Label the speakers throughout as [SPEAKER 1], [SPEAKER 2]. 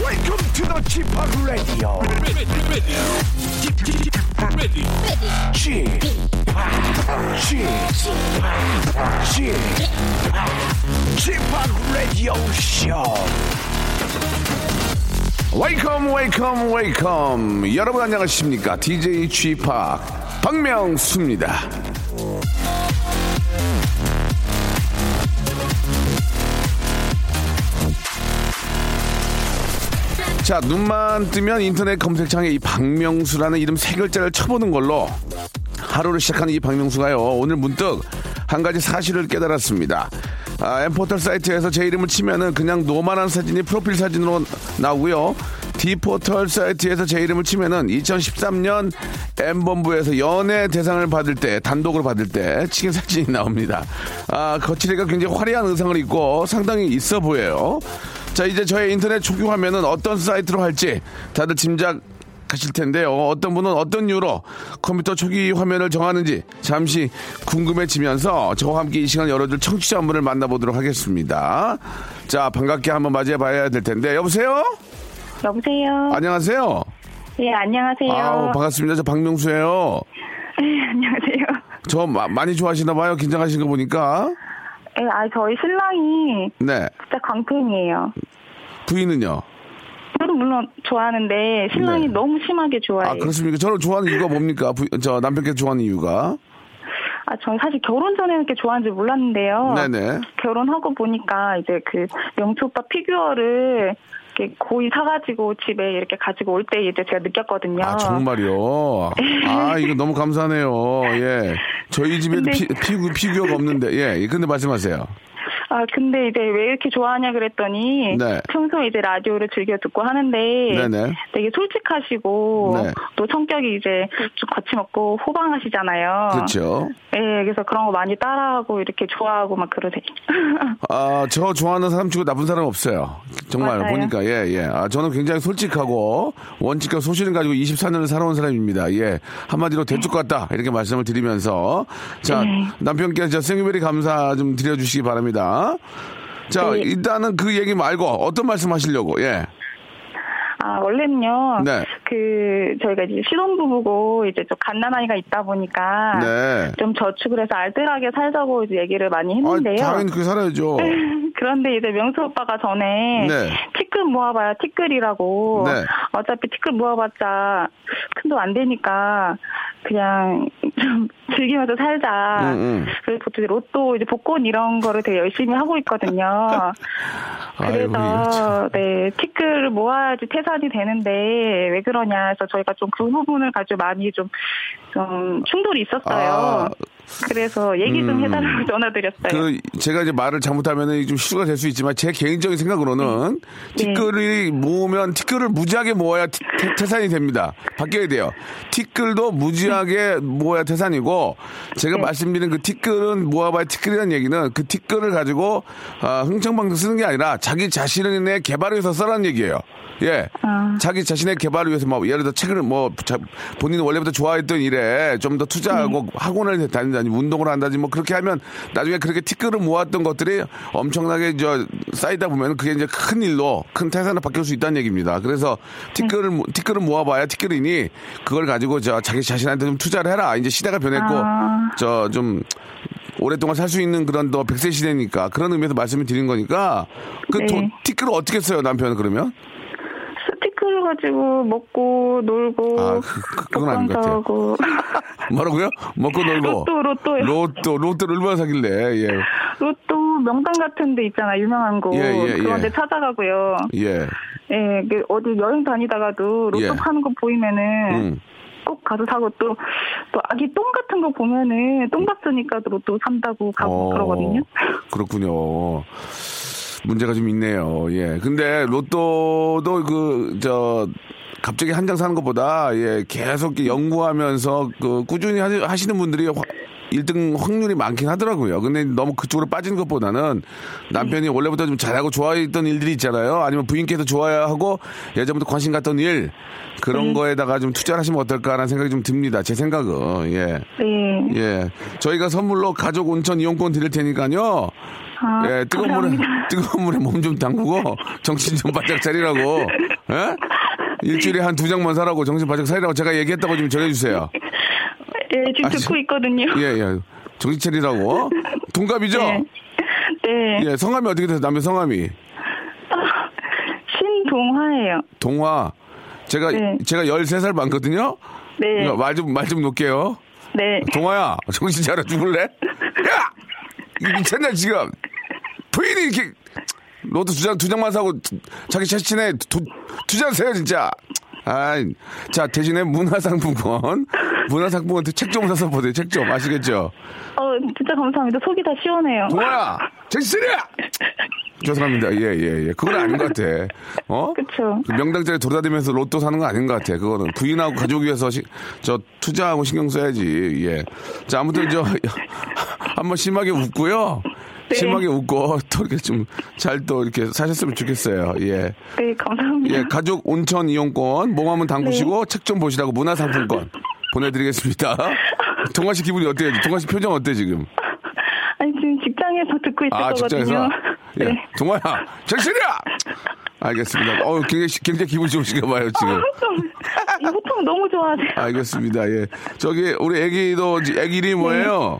[SPEAKER 1] Welcome to the Chip Radio. Chip, Chip, Chip Radio Show. Welcome, welcome, welcome. 여러분 안녕하십니까? DJ G 팍 박명수입니다. 자 눈만 뜨면 인터넷 검색창에 이 박명수라는 이름 세 글자를 쳐보는 걸로 하루를 시작하는 이 박명수가요 오늘 문득 한 가지 사실을 깨달았습니다 아, 엠포털 사이트에서 제 이름을 치면은 그냥 노만한 사진이 프로필 사진으로 나오고요 디포털 사이트에서 제 이름을 치면은 2013년 M본부에서 연예 대상을 받을 때 단독으로 받을 때 치킨 사진이 나옵니다 아 거칠이가 굉장히 화려한 의상을 입고 상당히 있어 보여요 자 이제 저의 인터넷 초기 화면은 어떤 사이트로 할지 다들 짐작 하실 텐데요. 어떤 분은 어떤 이유로 컴퓨터 초기 화면을 정하는지 잠시 궁금해지면서 저와 함께 이 시간 열어줄 청취자 한 분을 만나보도록 하겠습니다. 자, 반갑게 한번 맞이해 봐야 될 텐데. 여보세요?
[SPEAKER 2] 여보세요.
[SPEAKER 1] 안녕하세요?
[SPEAKER 2] 예, 어. 안녕하세요.
[SPEAKER 1] 아, 아우, 뭐. 반갑습니다. 저 박명수예요.
[SPEAKER 2] 예, 안녕하세요.
[SPEAKER 1] 저 마- 많이 좋아하시나 봐요. 긴장하신 거 보니까.
[SPEAKER 2] 예, 아 저희 신랑이
[SPEAKER 1] 네.
[SPEAKER 2] 진짜 광팬이에요.
[SPEAKER 1] 부인은요?
[SPEAKER 2] 저도 물론 좋아하는데 신랑이
[SPEAKER 1] 네.
[SPEAKER 2] 너무 심하게
[SPEAKER 1] 아,
[SPEAKER 2] 좋아해요.
[SPEAKER 1] 그렇습니까? 저를 좋아하는 이유가 뭡니까? 부- 저 남편께서 좋아하는 이유가?
[SPEAKER 2] 아, 전 사실 결혼 전에 이렇게 좋아하는 줄 몰랐는데요.
[SPEAKER 1] 네네.
[SPEAKER 2] 결혼하고 보니까 이제 그 명초 오빠 피규어를 이렇게 고이 사가지고 집에 이렇게 가지고 올 때 이제 제가 느꼈거든요.
[SPEAKER 1] 아, 정말요? 아, 이거 너무 감사하네요. 예. 저희 집에도
[SPEAKER 2] 근데-
[SPEAKER 1] 피, 피규, 피규어가 없는데, 예. 예, 근데 말씀하세요.
[SPEAKER 2] 아, 근데 이제 왜 이렇게 좋아하냐 그랬더니
[SPEAKER 1] 네.
[SPEAKER 2] 평소에 이제 라디오를 즐겨 듣고 하는데
[SPEAKER 1] 네네.
[SPEAKER 2] 되게 솔직하시고
[SPEAKER 1] 네.
[SPEAKER 2] 또 성격이 이제 좀 거침없고 호방하시잖아요.
[SPEAKER 1] 그렇죠.
[SPEAKER 2] 예, 그래서 그런 거 많이 따라하고 이렇게 좋아하고 막 그러세요.
[SPEAKER 1] 아, 저 좋아하는 사람 치고 나쁜 사람 없어요. 정말
[SPEAKER 2] 맞아요.
[SPEAKER 1] 보니까 예, 예. 아, 저는 굉장히 솔직하고 원칙과 소신을 가지고 24년을 살아온 사람입니다. 예. 한마디로 대쪽 같다. 이렇게 말씀을 드리면서 자,
[SPEAKER 2] 네.
[SPEAKER 1] 남편께 저 생일베리 감사 좀 드려 주시기 바랍니다. 자,
[SPEAKER 2] 네.
[SPEAKER 1] 일단은 그 얘기 말고 어떤 말씀 하시려고? 예.
[SPEAKER 2] 아, 원래는요.
[SPEAKER 1] 네.
[SPEAKER 2] 그 저희가 이제 신혼부부고 이제 좀 갓난아이가 있다 보니까
[SPEAKER 1] 네.
[SPEAKER 2] 좀 저축을 해서 알뜰하게 살자고 이제 얘기를 많이
[SPEAKER 1] 아,
[SPEAKER 2] 했는데요.
[SPEAKER 1] 당연히 그렇게 살아야죠.
[SPEAKER 2] 그런데 이제 명수 오빠가 전에
[SPEAKER 1] 네.
[SPEAKER 2] 티끌 모아봐야 티끌이라고
[SPEAKER 1] 네.
[SPEAKER 2] 어차피 티끌 모아봤자 큰 돈 안 되니까 그냥 좀 즐기면서 살자.
[SPEAKER 1] 응, 응.
[SPEAKER 2] 그래서 보통 이제 로또 이제 복권 이런 거를 되게 열심히 하고 있거든요.
[SPEAKER 1] 아이고, 이거 참.
[SPEAKER 2] 그래서 네 티끌을 모아야지 태산이 되는데 왜 그러냐 해서 저희가 좀 그 부분을 가지고 많이 좀, 좀 충돌이 있었어요.
[SPEAKER 1] 아.
[SPEAKER 2] 그래서 얘기 좀
[SPEAKER 1] 음.
[SPEAKER 2] 해달라고 전화드렸어요.
[SPEAKER 1] 그 제가 이제 말을 잘못하면 좀 실수가 될 수 있지만 제 개인적인 생각으로는
[SPEAKER 2] 네.
[SPEAKER 1] 티끌이 모으면 티끌을 무지하게 모아야 티- 태- 태산이 됩니다. 바뀌어야 돼요. 티끌도 무지하게 모아야 태산이고 제가
[SPEAKER 2] 네.
[SPEAKER 1] 말씀드린 그 티끌은 모아봐야 티끌이라는 얘기는 그 티끌을 가지고 아, 흥청망청 쓰는 게 아니라 자기 자신의 개발을 위해서 써라는 얘기예요. 예.
[SPEAKER 2] 아.
[SPEAKER 1] 자기 자신의 개발을 위해서 막 예를 들어 책을 뭐 자- 본인 이 원래부터 좋아했던 일에 좀 더
[SPEAKER 2] 음.
[SPEAKER 1] 투자하고 학원을 다닌다니 운동을 한다지 뭐 그렇게 하면 나중에 그렇게 티끌을 모았던 것들이 엄청나게 저 쌓이다 보면 그게 이제 큰 일로 큰 태산을 바뀔 수 있다는 얘기입니다. 그래서 티끌을 모- 티끌을 모아봐야 티끌이니 그걸 가지고 저 자기 자신한테 좀 투자를 해라. 이제 시대가 변했고
[SPEAKER 2] 아.
[SPEAKER 1] 저 좀 오랫동안 살 수 있는 그런 더 백세 시대니까 그런 의미에서 말씀을 드린 거니까 그
[SPEAKER 2] 네.
[SPEAKER 1] 돈- 티끌을 어떻게 써요 남편은 그러면?
[SPEAKER 2] 스티커를 가지고 먹고 놀고
[SPEAKER 1] 아, 그- 그- 그건 아닌 것 같아요.
[SPEAKER 2] 고
[SPEAKER 1] 뭐라고요? 먹고 놀고.
[SPEAKER 2] 로또, 로또요.
[SPEAKER 1] 로또, 로또를 얼마나 사길래, 예.
[SPEAKER 2] 로또 명당 같은 데 있잖아 유명한 곳
[SPEAKER 1] 예, 예,
[SPEAKER 2] 그런
[SPEAKER 1] 예.
[SPEAKER 2] 데 찾아가고요.
[SPEAKER 1] 예.
[SPEAKER 2] 예, 그 어디 여행 다니다가도 로또
[SPEAKER 1] 예.
[SPEAKER 2] 파는 거 보이면은
[SPEAKER 1] 음.
[SPEAKER 2] 꼭 가서 사고 또 또 아기 똥 같은 거 보면은 똥 같으니까 또 로또 산다고 가고
[SPEAKER 1] 어,
[SPEAKER 2] 그러거든요.
[SPEAKER 1] 그렇군요. 문제가 좀 있네요. 예. 근데 로또도 그, 저, 갑자기 한 장 사는 것보다, 예, 계속 이렇게 연구하면서, 그, 꾸준히 하- 하시는 분들이 확- 1등 확률이 많긴 하더라고요. 근데 너무 그쪽으로 빠진 것보다는
[SPEAKER 2] 네.
[SPEAKER 1] 남편이 원래부터 좀 잘하고 좋아했던 일들이 있잖아요. 아니면 부인께서 좋아하고 예전부터 관심 갔던 일, 그런
[SPEAKER 2] 네.
[SPEAKER 1] 거에다가 좀 투자를 하시면 어떨까라는 생각이 좀 듭니다. 제 생각은, 예.
[SPEAKER 2] 네.
[SPEAKER 1] 예. 저희가 선물로 가족 온천 이용권 드릴 테니까요.
[SPEAKER 2] 아,
[SPEAKER 1] 예, 뜨거운 물에,
[SPEAKER 2] 감사합니다.
[SPEAKER 1] 뜨거운 물에 몸 좀 담그고, 정신 좀 바짝 차리라고, 예? 일주일에 한 두 장만 사라고, 정신 바짝 차리라고 제가 얘기했다고 좀 전해주세요.
[SPEAKER 2] 예, 지금
[SPEAKER 1] 아,
[SPEAKER 2] 듣고
[SPEAKER 1] 지-
[SPEAKER 2] 있거든요.
[SPEAKER 1] 예, 예. 정신 차리라고. 동갑이죠?
[SPEAKER 2] 네. 네.
[SPEAKER 1] 예, 성함이 어떻게 되세요? 남편 성함이.
[SPEAKER 2] 신동화예요.
[SPEAKER 1] 동화. 제가,
[SPEAKER 2] 네.
[SPEAKER 1] 제가 13살 많거든요?
[SPEAKER 2] 네.
[SPEAKER 1] 말 좀, 말 좀 놓을게요.
[SPEAKER 2] 네.
[SPEAKER 1] 동아야, 정신 차려 죽을래? 야! 이거 미쳤냐, 지금? 부인이 이렇게, 로또 두 장, 두 장만 사고, 두- 자기 자신에 두, 두잔 세요, 진짜. 아이, 자, 대신에 문화상품권, 문화상품권 책 좀 사서 보세요, 책 좀. 아시겠죠?
[SPEAKER 2] 어, 진짜 감사합니다. 속이 다 시원해요.
[SPEAKER 1] 동아야, 정신 차려! 죄송합니다. 예, 예, 예. 그건 아닌 것 같아. 어?
[SPEAKER 2] 그쵸.
[SPEAKER 1] 그 명당자리 돌아다니면서 로또 사는 건 아닌 것 같아. 그거는 부인하고 가족 위해서 시- 저 투자하고 신경 써야지. 예. 자 아무튼 저 한번 심하게 웃고요.
[SPEAKER 2] 네.
[SPEAKER 1] 심하게 웃고 또 이렇게 좀 잘 또 이렇게 사셨으면 좋겠어요. 예.
[SPEAKER 2] 네, 감사합니다.
[SPEAKER 1] 예. 가족 온천 이용권 몸 한번
[SPEAKER 2] 네.
[SPEAKER 1] 담그시고 책 좀 보시라고 문화상품권 보내드리겠습니다. 동아 씨 기분이 어때요? 동아 씨 표정 어때 지금?
[SPEAKER 2] 아니, 지금 직장에서 듣고 있을
[SPEAKER 1] 아, 직장에서?
[SPEAKER 2] 거거든요.
[SPEAKER 1] 예.
[SPEAKER 2] 네.
[SPEAKER 1] 동아야, 정신이야! 알겠습니다. 어 굉장히, 굉장히 기분 좋으신가 봐요, 지금.
[SPEAKER 2] 이 호통 너무 좋아하세요.
[SPEAKER 1] 알겠습니다. 예. 저기, 우리 애기도, 이제 애기
[SPEAKER 2] 네.
[SPEAKER 1] 이름이 뭐예요?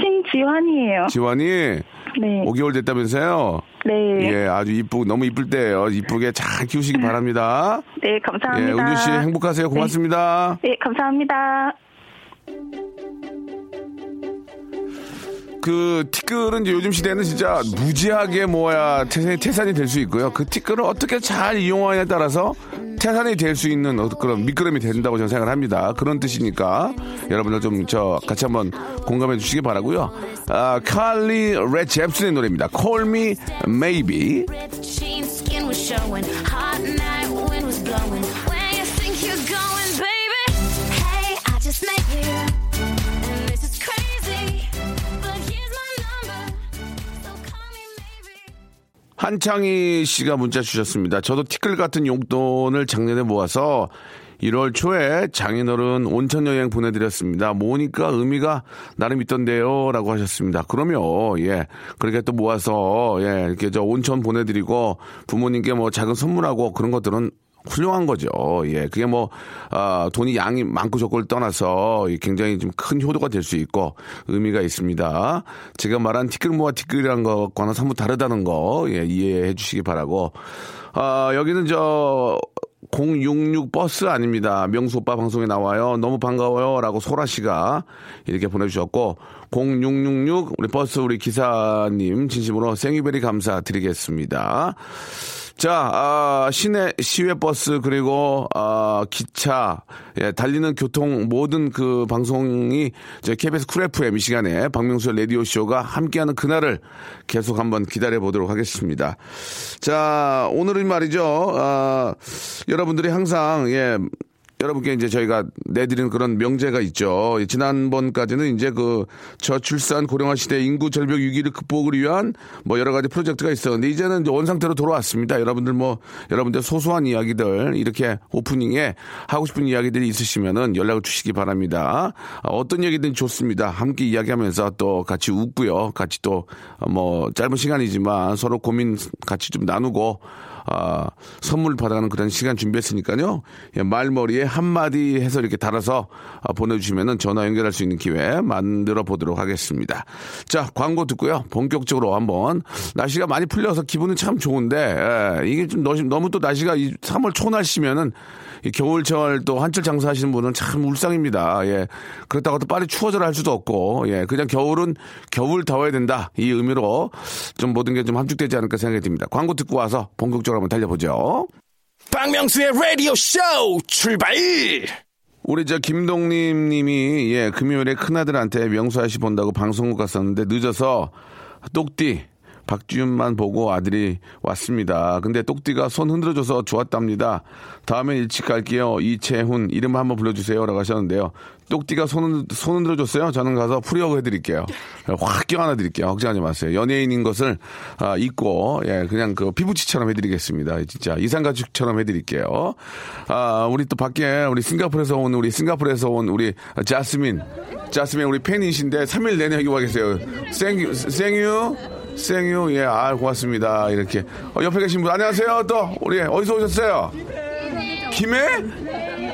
[SPEAKER 2] 신지환이에요.
[SPEAKER 1] 지환이
[SPEAKER 2] 네.
[SPEAKER 1] 5개월 됐다면서요?
[SPEAKER 2] 네.
[SPEAKER 1] 예, 아주 이쁘고, 너무 이쁠 때예요 이쁘게 잘 키우시기 바랍니다.
[SPEAKER 2] 네,
[SPEAKER 1] 예,
[SPEAKER 2] 감사합니다.
[SPEAKER 1] 은주 씨 행복하세요. 고맙습니다.
[SPEAKER 2] 네, 네, 감사합니다.
[SPEAKER 1] 그 티끌은 이제 요즘 시대는 진짜 무지하게 모아야 태산이, 태산이 될 수 있고요. 그 티끌을 어떻게 잘 이용하냐에 따라서 태산이 될 수 있는 어- 그런 미끄럼이 된다고 저는 생각을 합니다. 그런 뜻이니까 여러분들 좀 저 같이 한번 공감해 주시기 바라고요. 아, 칼리 레 잽슨의 노래입니다. Call Me Maybe.
[SPEAKER 3] ripped jeans, skin was showing. Hot night, wind was blowing. Where you think you're going, baby? Hey, I just met you, and this is crazy. But here's my number, so call me maybe.
[SPEAKER 1] 한창희 씨가 문자 주셨습니다. 저도 티끌 같은 용돈을 작년에 모아서 1월 초에 장인어른 온천 여행 보내드렸습니다. 모으니까 의미가 나름 있던데요. 라고 하셨습니다. 그럼요. 예. 그렇게 또 모아서, 예. 이렇게 저 온천 보내드리고 부모님께 뭐 작은 선물하고 그런 것들은 훌륭한 거죠. 예. 그게 뭐, 아, 돈이 양이 많고 적고를 떠나서 이 굉장히 좀 큰 효도가 될 수 있고 의미가 있습니다. 제가 말한 티끌모아 티끌이란 것과는 사뭇 다르다는 거, 예, 이해해 주시기 바라고. 아, 여기는 저, 066 버스 아닙니다. 명수 오빠 방송에 나와요. 너무 반가워요. 라고 소라 씨가 이렇게 보내주셨고, 0666 우리 버스 우리 기사님 진심으로 생유베리 감사드리겠습니다. 자, 아, 시내 시외 버스 그리고 아, 기차 예, 달리는 교통 모든 그 방송이 저 KBS 쿨 FM 이 시간에 박명수의 라디오 쇼가 함께하는 그날을 계속 한번 기다려 보도록 하겠습니다. 자, 오늘은 말이죠. 아, 여러분들이 항상 예. 여러분께 이제 저희가 내드리는 그런 명제가 있죠. 예, 지난번까지는 이제 그 저출산 고령화 시대 인구 절벽 위기를 극복을 위한 뭐 여러 가지 프로젝트가 있었는데 이제는 이제 원상태로 돌아왔습니다. 여러분들 뭐 여러분들 소소한 이야기들 이렇게 오프닝에 하고 싶은 이야기들이 있으시면은 연락을 주시기 바랍니다. 아, 어떤 얘기든 좋습니다. 함께 이야기하면서 또 같이 웃고요. 같이 또 뭐 짧은 시간이지만 서로 고민 같이 좀 나누고 아, 선물 받아가는 그런 시간 준비했으니까요. 예, 말머리에 한마디 해서 이렇게 달아서 아, 보내주시면 전화 연결할 수 있는 기회 만들어 보도록 하겠습니다. 자, 광고 듣고요. 본격적으로 한번 날씨가 많이 풀려서 기분은 참 좋은데, 예, 이게 좀 너무, 너무 또 날씨가 이 3월 초 날씨면은 이 겨울철 또 한철 장사하시는 분은 참 울상입니다. 예. 그렇다고 또 빨리 추워져라 할 수도 없고, 예. 그냥 겨울은 겨울 다워야 된다. 이 의미로 좀 모든 게 좀 함축되지 않을까 생각이 듭니다. 광고 듣고 와서 본격적으로 한번 달려보죠.
[SPEAKER 4] 박명수의 라디오 쇼 출발!
[SPEAKER 1] 우리 저 김동림 님이 예, 금요일에 큰아들한테 명수 아씨 본다고 방송국 갔었는데 늦어서 똑띠 박지윤만 보고 아들이 왔습니다. 근데 똑띠가 손 흔들어줘서 좋았답니다. 다음엔 일찍 갈게요. 이채훈 이름 한번 불러주세요라고 하셨는데요. 똑띠가 손, 손 흔들어줬어요. 저는 가서 프리허그 해드릴게요. 확 껴안아 드릴게요. 걱정하지 마세요. 연예인인 것을 아, 잊고 예, 그냥 그 피부치처럼 해드리겠습니다. 진짜 이상가축처럼 해드릴게요. 아, 우리 또 밖에 우리 싱가포르에서 온 우리 싱가포르에서 온 우리 자스민 자스민 우리 팬이신데 3일 내내 여기 와 계세요. 생유 생유 생유 예, 아 고맙습니다. 이렇게 어, 옆에 계신 분 안녕하세요. 또 우리 어디서 오셨어요? 김해?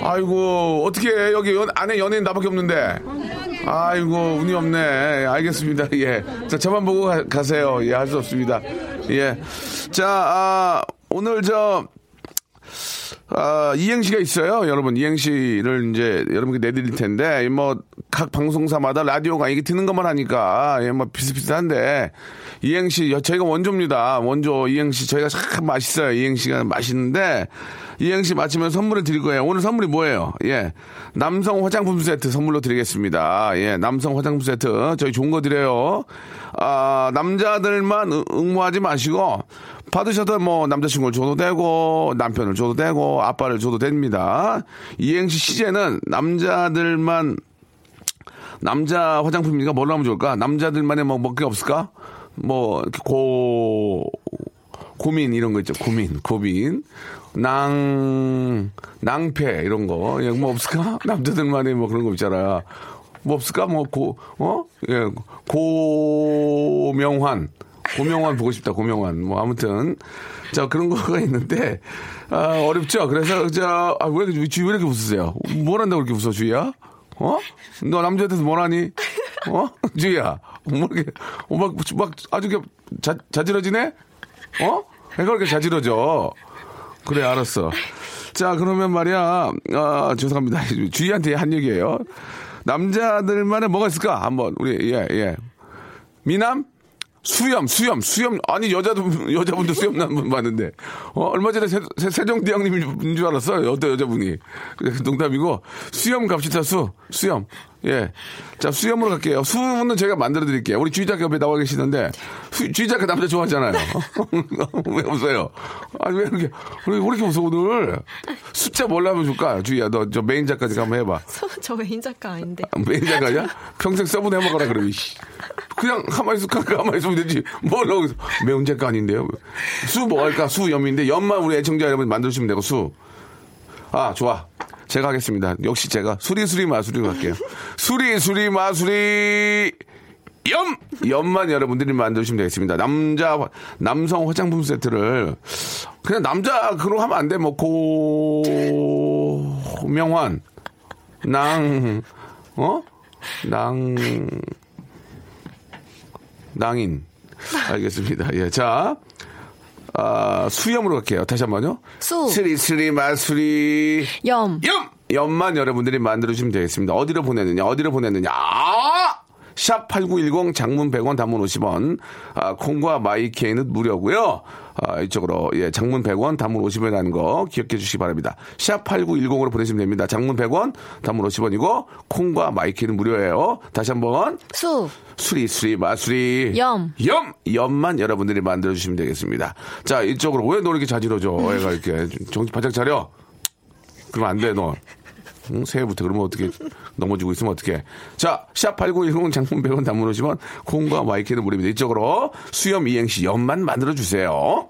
[SPEAKER 1] 아이고 어떻게 해? 여기 연- 안에 연예인 나밖에 없는데 아이고 운이 없네 예, 알겠습니다 예자 저만 보고 가, 세요 예 할 수 없습니다 예자 아, 오늘 저 아, 이행시가 있어요. 여러분, 이행시를 이제 여러분께 내드릴 텐데, 뭐, 각 방송사마다 라디오가 이게 듣는 것만 하니까, 예, 뭐, 비슷비슷한데, 이행시, 여- 저희가 원조입니다. 원조 이행시, 저희가 참 맛있어요. 이행시가 맛있는데, 이행시 마치면 선물을 드릴 거예요. 오늘 선물이 뭐예요? 예. 남성 화장품 세트 선물로 드리겠습니다. 예. 남성 화장품 세트. 저희 좋은 거 드려요. 아, 남자들만 응- 응모하지 마시고, 받으셔도 뭐 남자친구를 줘도 되고 남편을 줘도 되고 아빠를 줘도 됩니다. 이행시 시제는 남자들만 남자 화장품이니까 뭘로 하면 좋을까? 남자들만의 뭐 먹기 없을까? 뭐 이렇게 고 고민 이런 거 있죠. 고민, 고민. 낭 낭패 이런 거. 예, 뭐 없을까? 남자들만의 뭐 그런 거 있잖아. 뭐 없을까? 뭐 고 어? 예. 고명환. 고명환 보고 싶다. 고명환. 뭐 아무튼 자 그런 거가 있는데 아, 어렵죠. 그래서 저왜 이렇게 주위 왜 이렇게 웃으세요? 뭘 한다고 이렇게 웃어 주희야? 어? 너 남자한테서 뭐라니? 어? 주희야. 모르게 어, 막, 막 아주 이렇게 자, 자지러지네? 어? 애가 그렇게 자지러져. 그래, 알았어. 자, 그러면 말이야, 아, 죄송합니다. 주희한테 한 얘기예요. 남자들만의 뭐가 있을까? 한번, 우리, 예, 예. 미남? 수염, 수염, 수염. 아니, 여자도, 여자분도 수염 난 분 봤는데. 어, 얼마 전에 세, 세, 세종대왕님인 줄 알았어요. 어떤 여자분이. 그래서 농담이고. 수염 갑시다, 수. 수염. 예. 자, 수염으로 갈게요. 수는 제가 만들어 드릴게요. 우리 주의자 옆에 나와 계시는데. 수, 주의자 그 남자 좋아하잖아요. 왜 웃어요? 아니, 왜 이렇게, 왜 이렇게 웃어, 오늘? 숫자 뭘로 하면 좋을까? 주의야, 너 저 메인 작가니까 한번 해봐.
[SPEAKER 5] 저 외인 작가 아닌데.
[SPEAKER 1] 매일 작가냐? 평생 써본 해먹어라 그러면 씨. 그냥 가만히 있을까 가만히 있으면 되지 뭘 넣어 매운 작가 아닌데요 수 뭐 할까 수염인데 염만 우리 애청자 여러분 만들어주시면 되고 수아 좋아 제가 하겠습니다 역시 제가 수리수리 마수리로 할게요 수리수리 마수리 염! 염만 여러분들이 만드시면 되겠습니다. 남자, 화- 남성 화장품 세트를, 그냥 남자, 그로 하면 안 돼. 뭐, 고, 명환, 낭, 어? 낭, 낭인. 알겠습니다. 예, 자. 아, 수염으로 갈게요. 다시 한 번요.
[SPEAKER 5] 수.
[SPEAKER 1] 스리, 스리, 마수리.
[SPEAKER 5] 염.
[SPEAKER 1] 염! 염만 여러분들이 만들어주시면 되겠습니다. 어디로 보내느냐, 어디로 보내느냐. 아! 샵8910 장문 100원 단문 50원 아, 콩과 마이케이는 무료고요 아, 이쪽으로 예, 장문 100원 단문 50원이라는 거 기억해 주시기 바랍니다 샵8910으로 보내시면 됩니다 장문 100원 단문 50원이고 콩과 마이케이는 무료예요 다시 한번
[SPEAKER 5] 수.
[SPEAKER 1] 수리 수리 마수리
[SPEAKER 5] 염.
[SPEAKER 1] 염 염만 여러분들이 만들어 주시면 되겠습니다. 자 이쪽으로 왜 너 이렇게 자지러져? 애가 이렇게 정신 바짝 차려. 그러면 안 돼 너. 응? 새해부터 그러면 어떻게 넘어지고 있으면 어떻게? 자샵 8910 장문 100원 단문 오시면 콩과 마이크는 무료입니다. 이쪽으로 수염 이행시 염만 만들어 주세요.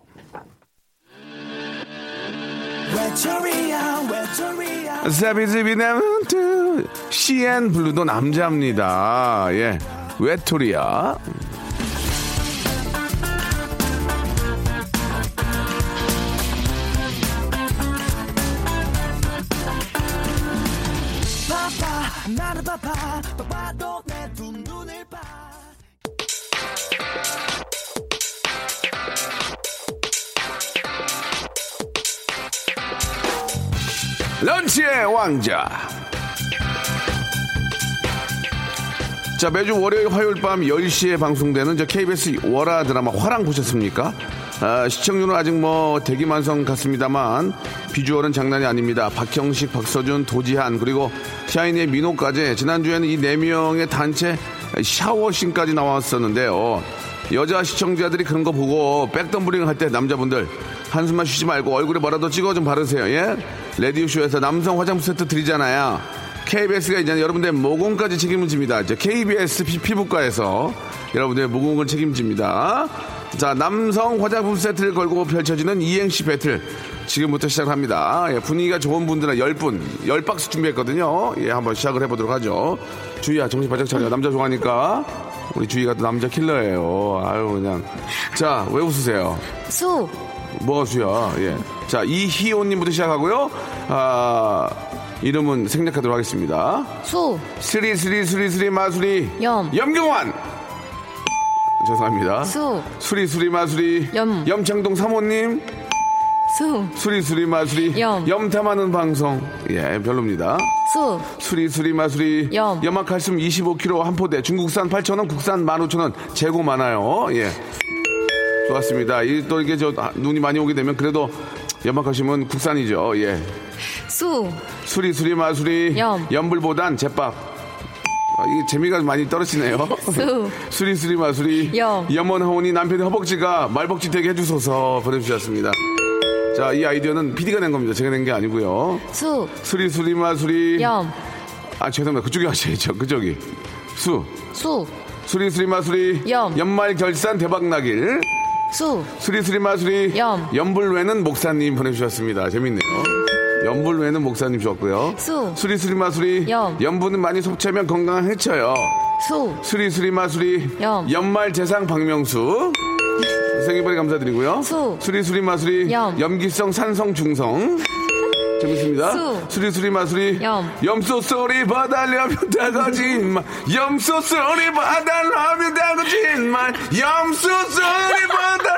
[SPEAKER 1] 세비즈비네운트 CN 블루도 남자입니다. 예. 웨토리아. 런치의 왕자. 자, 매주 월요일, 화요일 밤 10시에 방송되는 저 KBS 월화 드라마 화랑 보셨습니까? 아, 시청률은 아직 뭐 대기만성 같습니다만 비주얼은 장난이 아닙니다. 박형식, 박서준, 도지한 그리고 샤이니의 네 민호까지 지난주에는 이 네명의 단체 샤워신까지 나왔었는데요. 여자 시청자들이 그런 거 보고 백덤블링 할 때 남자분들 한숨만 쉬지 말고 얼굴에 뭐라도 찍어 좀 바르세요. 예? 레디오쇼에서 남성 화장품 세트 드리잖아요. KBS가 이제 여러분들의 모공까지 책임집니다. 이제 KBS 피- 피부과에서 여러분들의 모공을 책임집니다. 자, 남성 화장품 세트를 걸고 펼쳐지는 이행시 배틀. 지금부터 시작합니다. 예, 분위기가 좋은 분들은 10분, 10박스 준비했거든요. 예, 한번 시작을 해보도록 하죠. 주희야, 정신 바짝 차려. 남자 좋아하니까. 우리 주희가 또 남자 킬러예요. 아유, 그냥. 자, 왜 웃으세요?
[SPEAKER 6] 수.
[SPEAKER 1] 뭐가 수야? 예. 자, 이희호님부터 시작하고요. 아, 이름은 생략하도록 하겠습니다.
[SPEAKER 6] 수.
[SPEAKER 1] 스리 스리 스리 스리 마수리
[SPEAKER 6] 염.
[SPEAKER 1] 염경환 죄송합니다
[SPEAKER 6] 수.
[SPEAKER 1] 수리 수리 마수리
[SPEAKER 6] 염.
[SPEAKER 1] 염창동 사모님
[SPEAKER 6] 수.
[SPEAKER 1] 수리 수리 마수리
[SPEAKER 6] 염.
[SPEAKER 1] 염탐하는 방송 예 별로입니다
[SPEAKER 6] 수.
[SPEAKER 1] 수리 수리 마수리
[SPEAKER 6] 염.
[SPEAKER 1] 염막 칼슘 25kg 한 포대 중국산 8,000원 국산 15,000원 재고 많아요 예 좋았습니다 이 또 이게 저 아, 눈이 많이 오게 되면 그래도 염막 칼슘은 국산이죠 예
[SPEAKER 6] 수.
[SPEAKER 1] 수리 수리 마수리
[SPEAKER 6] 염.
[SPEAKER 1] 염불보단 제밥 아, 이게 재미가 많이 떨어지네요.
[SPEAKER 6] 수.
[SPEAKER 1] 수리 수리 마수리
[SPEAKER 6] 염.
[SPEAKER 1] 염원 하오니 남편의 허벅지가 말벅지 되게 해주소서 보내주셨습니다. 자 이 아이디어는 PD가 낸 겁니다. 제가 낸 게 아니고요.
[SPEAKER 6] 수.
[SPEAKER 1] 수리 수리 마수리
[SPEAKER 6] 염.
[SPEAKER 1] 아 죄송합니다. 그쪽이 하셔야죠. 그쪽이 수
[SPEAKER 6] 수.
[SPEAKER 1] 수리 수리 마수리
[SPEAKER 6] 염.
[SPEAKER 1] 연말 결산 대박 나길
[SPEAKER 6] 수.
[SPEAKER 1] 수리수리 마수리
[SPEAKER 6] 염.
[SPEAKER 1] 연불외는 목사님 보내주셨습니다. 재밌네요. 연불외는 목사님 좋았고요.
[SPEAKER 6] 수.
[SPEAKER 1] 수리수리 마수리
[SPEAKER 6] 염.
[SPEAKER 1] 염분은 많이 섭취하면 건강 해쳐요.
[SPEAKER 6] 수.
[SPEAKER 1] 수리수리 마수리
[SPEAKER 6] 염.
[SPEAKER 1] 연말 재상 박명수 생일벌이 감사드리고요.
[SPEAKER 6] 수.
[SPEAKER 1] 수리수리 마수리
[SPEAKER 6] 염.
[SPEAKER 1] 염기성 산성 중성 재밌습니다.
[SPEAKER 6] 수.
[SPEAKER 1] 수리수리 마수리
[SPEAKER 6] 염.
[SPEAKER 1] 염소소리 봐달라면 다 거짓말 염소소리 봐달라면 다 거짓말 염소소리 봐달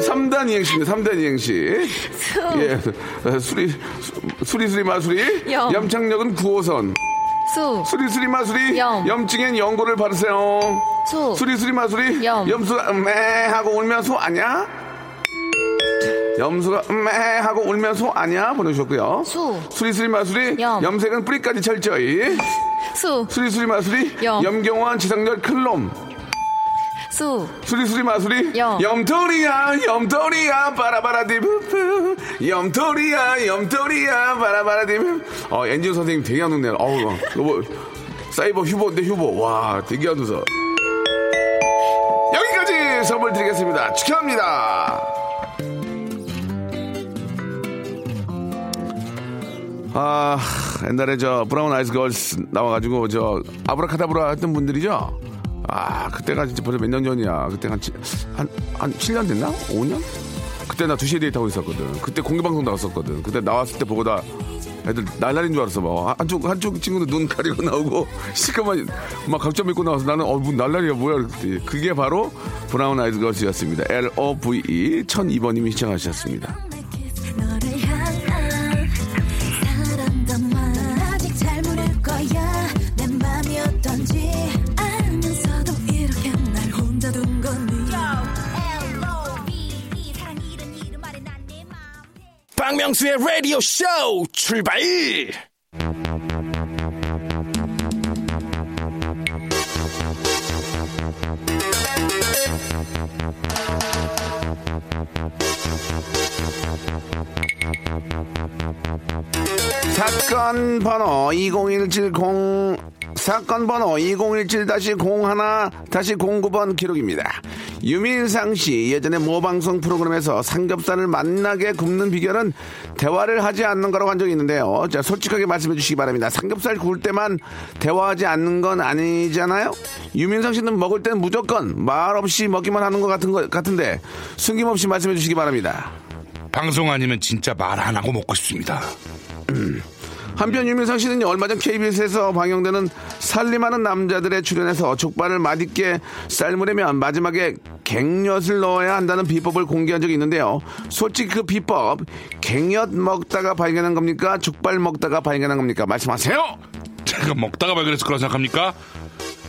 [SPEAKER 1] 3단 이행시입니다. 3단 이행시.
[SPEAKER 6] 수.
[SPEAKER 1] 예. 어, 수리, 수- 수리수리 마수리.
[SPEAKER 6] 염.
[SPEAKER 1] 염창역은 9호선.
[SPEAKER 6] 수.
[SPEAKER 1] 수리수리 마수리.
[SPEAKER 6] 염.
[SPEAKER 1] 염증엔 연고를 바르세요.
[SPEAKER 6] 수.
[SPEAKER 1] 수리수리 마수리.
[SPEAKER 6] 염.
[SPEAKER 1] 염수, 매 하고 울면 소 아냐? 염수가 매 하고 울면 소 아냐? 보내주셨고요.
[SPEAKER 6] 수.
[SPEAKER 1] 수리수리 마수리.
[SPEAKER 6] 염.
[SPEAKER 1] 염색은 뿌리까지 철저히.
[SPEAKER 6] 수.
[SPEAKER 1] 수리수리 마수리.
[SPEAKER 6] 염.
[SPEAKER 1] 염경환 지상렬 클롬.
[SPEAKER 6] 수.
[SPEAKER 1] 수리수리 마수리
[SPEAKER 6] 여.
[SPEAKER 1] 염돌이야 염돌이야 바라바라디부부 염돌이야 염돌이야 바라바라디부 어 엔지오 선생님 되게 안 웃네요 어우 로봇 사이버 휴보인데 휴보 와 되게 안 웃어 여기까지 선물 드리겠습니다 축하합니다 아 옛날에 저 브라운 아이즈 걸스 나와가지고 저 아브라카다브라 했던 분들이죠 아 그때가 진짜 벌써 몇 년 전이야 그때 한한 한 7년 됐나 5년 그때 나 2시에 데이트하고 있었거든 그때 공개방송 나왔었거든 그때 나왔을 때 보고 나 애들 날라린 줄 알았어 막 한쪽 한쪽 친구도 눈 가리고 나오고 시커먼 막 각점 입고 나와서 나는 어뭐 날라리야 뭐야 그랬더니 그게 바로 브라운 아이즈 걸스였습니다 L O V E 1002번님이 시청하셨습니다
[SPEAKER 3] 너를 향한 사랑담만 아직 잘 모를 거야 내 맘이 어떤지 알면서도 이렇게 날 혼자 둔 거니 L.O.V.E E. 사랑 이런 이름 아래 난내 맘
[SPEAKER 4] 박명수의 라디오 쇼 출발!
[SPEAKER 1] 사건 번호 20170 사건 번호 2017-01-09번 기록입니다. 유민상 씨 예전에 모 방송 프로그램에서 삼겹살을 맛나게 굽는 비결은 대화를 하지 않는 거라고 한 적이 있는데요. 자, 솔직하게 말씀해 주시기 바랍니다. 삼겹살 구울 때만 대화하지 않는 건 아니잖아요. 유민상 씨는 먹을 땐 무조건 말 없이 먹기만 하는 것 같은 거 같은데 숨김없이 말씀해 주시기 바랍니다.
[SPEAKER 7] 방송 아니면 진짜 말 안 하고 먹고 싶습니다.
[SPEAKER 1] 한편 유민상 씨는 얼마 전 KBS에서 방영되는 살림하는 남자들의 출연에서 족발을 맛있게 삶으려면 마지막에 갱엿을 넣어야 한다는 비법을 공개한 적이 있는데요. 솔직히 그 비법 갱엿 먹다가 발견한 겁니까? 족발 먹다가 발견한 겁니까? 말씀하세요.
[SPEAKER 7] 제가 먹다가 발견해서 그런 생각합니까?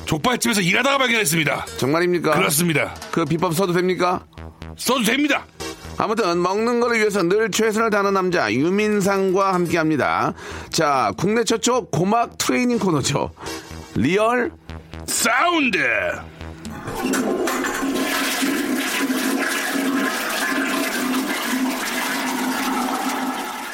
[SPEAKER 7] 족발집에서 일하다가 발견했습니다.
[SPEAKER 1] 정말입니까?
[SPEAKER 7] 그렇습니다.
[SPEAKER 1] 그 비법 써도 됩니까?
[SPEAKER 7] 써도 됩니다.
[SPEAKER 1] 아무튼 먹는 거를 위해서 늘 최선을 다하는 남자 유민상과 함께합니다. 자, 국내 최초 고막 트레이닝 코너죠. 리얼
[SPEAKER 7] 사운드.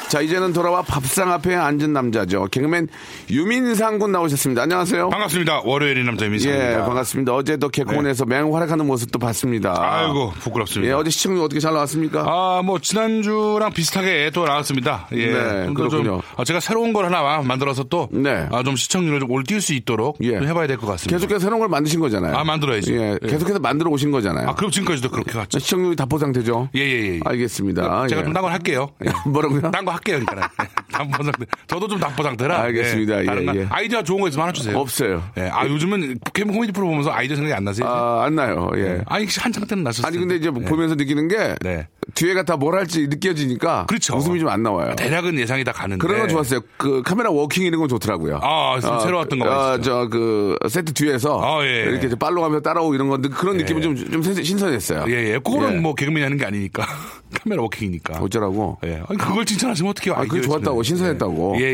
[SPEAKER 1] 자, 이제는 돌아와 밥상 앞에 앉은 남자죠. 개그맨 유민상 군 나오셨습니다. 안녕하세요.
[SPEAKER 7] 반갑습니다. 월요일의 남자
[SPEAKER 1] 예,
[SPEAKER 7] 민상입니다. 네.
[SPEAKER 1] 반갑습니다. 어제 또 개콘에서 맹활약하는 모습도 봤습니다.
[SPEAKER 7] 아이고
[SPEAKER 1] 예,
[SPEAKER 7] 부끄럽습니다.
[SPEAKER 1] 어제 시청률 어떻게 잘 나왔습니까?
[SPEAKER 7] 아, 뭐, 지난주랑 비슷하게 또 나왔습니다. 예.
[SPEAKER 1] 네,
[SPEAKER 7] 좀더 좀,
[SPEAKER 1] 그렇군요.
[SPEAKER 7] 아, 제가 새로운 걸 하나 만들어서 또,
[SPEAKER 1] 네.
[SPEAKER 7] 아, 좀 시청률을 좀 올뛸 수 있도록
[SPEAKER 1] 예.
[SPEAKER 7] 좀 해봐야 될 것 같습니다.
[SPEAKER 1] 계속해서 새로운 걸 만드신 거잖아요.
[SPEAKER 7] 아, 만들어야지.
[SPEAKER 1] 예,
[SPEAKER 7] 예.
[SPEAKER 1] 계속해서 만들어 오신 거잖아요.
[SPEAKER 7] 아, 그럼 지금까지도 그렇게 갔죠.
[SPEAKER 1] 시청률이 답보 상태죠?
[SPEAKER 7] 예, 예, 예.
[SPEAKER 1] 알겠습니다.
[SPEAKER 7] 제가
[SPEAKER 1] 네. 예.
[SPEAKER 7] 좀 딴 걸 할게요. 예.
[SPEAKER 1] 뭐라고요?
[SPEAKER 7] 딴 거 할게요, 그러니까. 답보 상태. 저도 좀 답보 상태라.
[SPEAKER 1] 알겠습니다.
[SPEAKER 7] 다른
[SPEAKER 1] 예,
[SPEAKER 7] 날
[SPEAKER 1] 예.
[SPEAKER 7] 아이디어 좋은 거 있으면 하나 주세요.
[SPEAKER 1] 없어요.
[SPEAKER 7] 예. 아, 요즘은 캠 코미디 프로 보면서 아이디어 생각이 안 나세요?
[SPEAKER 1] 아, 안 나요. 예.
[SPEAKER 7] 아니, 한창 때는 났었어요. 예.
[SPEAKER 1] 아니, 근데 이제 뭐 보면서 느끼는 게
[SPEAKER 7] 네.
[SPEAKER 1] 뒤에가 다 뭘 할지 느껴지니까
[SPEAKER 7] 그렇죠.
[SPEAKER 1] 웃음이 좀 안 나와요.
[SPEAKER 7] 대략은 예상이 다 가는데.
[SPEAKER 1] 그런 건 좋았어요. 그 카메라 워킹 이런 건 좋더라고요.
[SPEAKER 7] 아, 좀 새로 왔던 거
[SPEAKER 1] 아,
[SPEAKER 7] 맛있죠.
[SPEAKER 1] 저그 세트 뒤에서
[SPEAKER 7] 아, 예.
[SPEAKER 1] 이렇게 이제 빨로 가면서 따라오고 이런 건데 그런 느낌은 좀, 좀 신- 신선했어요.
[SPEAKER 7] 예, 예. 그거는
[SPEAKER 1] 예.
[SPEAKER 7] 뭐 개그맨이 하는 게 아니니까. 카메라 워킹이니까.
[SPEAKER 1] 어쩌라고?
[SPEAKER 7] 예. 아니, 그걸 칭찬하시면 어떻게
[SPEAKER 1] 아, 그게 좋았다고 신선했다고.
[SPEAKER 7] 예, 예,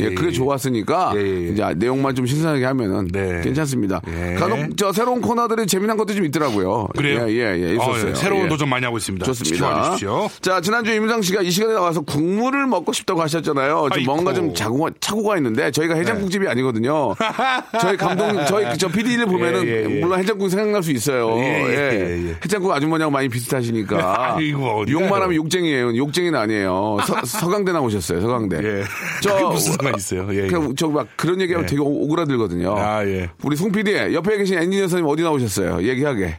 [SPEAKER 7] 예. 예,
[SPEAKER 1] 그게
[SPEAKER 7] 예.
[SPEAKER 1] 좋았으니까
[SPEAKER 7] 예, 예, 예.
[SPEAKER 1] 이제 내용만 좀 신선하게 하면은
[SPEAKER 7] 네.
[SPEAKER 1] 괜찮습니다.
[SPEAKER 7] 예.
[SPEAKER 1] 간혹 저 새로운 코너들이 재미난 것도 좀 있더라고요.
[SPEAKER 7] 그래요?
[SPEAKER 1] 예, 예, 예, 있었어요.
[SPEAKER 7] 어, 예. 새로운
[SPEAKER 1] 예.
[SPEAKER 7] 도전 많이 하고 있습니다.
[SPEAKER 1] 좋습니다.
[SPEAKER 7] 지켜봐 주십시오.
[SPEAKER 1] 자, 지난주에 임상 씨가 이 시간에 나와서 국물을 먹고 싶다고 하셨잖아요. 지금
[SPEAKER 7] 아이고. 네.
[SPEAKER 1] 뭔가 좀 자고, 착오가 있는데 저희가 해장국집이 아니거든요. 저희 감독, 저희 저 PD를 보면은
[SPEAKER 7] 예, 예, 예.
[SPEAKER 1] 물론 해장국 생각날 수 있어요.
[SPEAKER 7] 예, 예, 예, 예.
[SPEAKER 1] 해장국 아주머니하고 많이 비슷하시니까.
[SPEAKER 7] 아이고, 어디가요?
[SPEAKER 1] 욕만 하면 욕쟁이에요. 욕쟁이는 아니에요. 서, 강대 나오셨어요. 서강대.
[SPEAKER 7] 예.
[SPEAKER 1] 저
[SPEAKER 7] 그게 무슨 상관 있어요? 예, 예.
[SPEAKER 1] 그냥 저막 그런 얘기하면
[SPEAKER 7] 예.
[SPEAKER 1] 되게 오- 오그라들거든요.
[SPEAKER 7] 아, 예.
[SPEAKER 1] 우리 송 PD 옆에 계신 엔지니어 선생님 어디 나오셨어요? 얘기하게.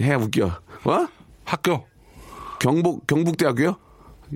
[SPEAKER 1] 해 웃겨. 어?
[SPEAKER 7] 학교.
[SPEAKER 1] 경북 경북대학교요?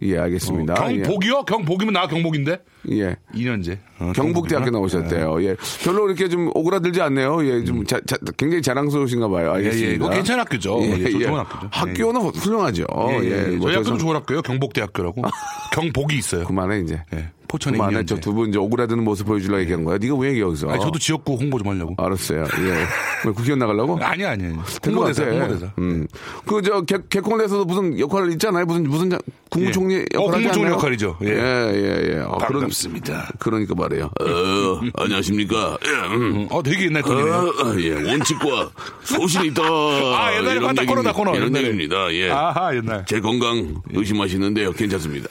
[SPEAKER 1] 예, 알겠습니다.
[SPEAKER 7] 어, 뭐 경복이요? 경복이면 나 경복인데?
[SPEAKER 1] 예. 예.
[SPEAKER 7] 2년제.
[SPEAKER 1] 경북대학교 나오셨대요.
[SPEAKER 7] 네.
[SPEAKER 1] 예. 별로 이렇게 좀 오그라들지 않네요. 예, 좀 자, 자, 굉장히 자랑스러우신가 봐요. 알겠습니다.
[SPEAKER 7] 음. 예, 예. 그거 괜찮은 학교죠. 예, 저 좋은 학교죠.
[SPEAKER 1] 학교는 훌륭하죠.
[SPEAKER 7] 예, 예.
[SPEAKER 1] 예, 뭐
[SPEAKER 7] 저희
[SPEAKER 1] 저희가-
[SPEAKER 7] 학교는 좋은 학교예요. 경복대학교라고. 경복이 있어요.
[SPEAKER 1] 그만해 이제.
[SPEAKER 7] 예. 포천에
[SPEAKER 1] 그만해
[SPEAKER 7] 2년제.
[SPEAKER 1] 저두분 어. 이제 오그라드는 모습 보여주려고 얘기한 거야. 네가 왜 여기서?
[SPEAKER 7] 아니, 저도 지역구 홍보 좀 하려고.
[SPEAKER 1] 알았어요. 예. 왜 국기원 나가려고?
[SPEAKER 7] 아니, 아니, 아니.
[SPEAKER 1] 아. 된것
[SPEAKER 7] 홍보대사,
[SPEAKER 1] 같아.
[SPEAKER 7] 홍보대사.
[SPEAKER 1] 음. 그저 개콘에서도 무슨 역할을 있잖아요. 무슨 무슨 자- 국무총리
[SPEAKER 7] 예.
[SPEAKER 1] 역할
[SPEAKER 7] 어,
[SPEAKER 1] 하지
[SPEAKER 7] 국무총리
[SPEAKER 1] 않나요?
[SPEAKER 7] 역할이죠. 예.
[SPEAKER 1] 예, 예, 예. 어, 그런-
[SPEAKER 7] 반갑습니다.
[SPEAKER 1] 그러니까 말이에요. 어, 안녕하십니까. 예, 음.
[SPEAKER 7] 음, 어, 되게 옛날 거네요.
[SPEAKER 1] 아, 아, 예, 원칙과 소신이 있다.
[SPEAKER 7] 아, 옛날에
[SPEAKER 1] 이런
[SPEAKER 7] 봤다.
[SPEAKER 1] 얘기-
[SPEAKER 7] 코로나, 코로나.
[SPEAKER 1] 이런
[SPEAKER 7] 옛날에.
[SPEAKER 1] 얘기입니다. 예.
[SPEAKER 7] 아하, 옛날.
[SPEAKER 1] 제 건강 의심하시는데요. 괜찮습니다.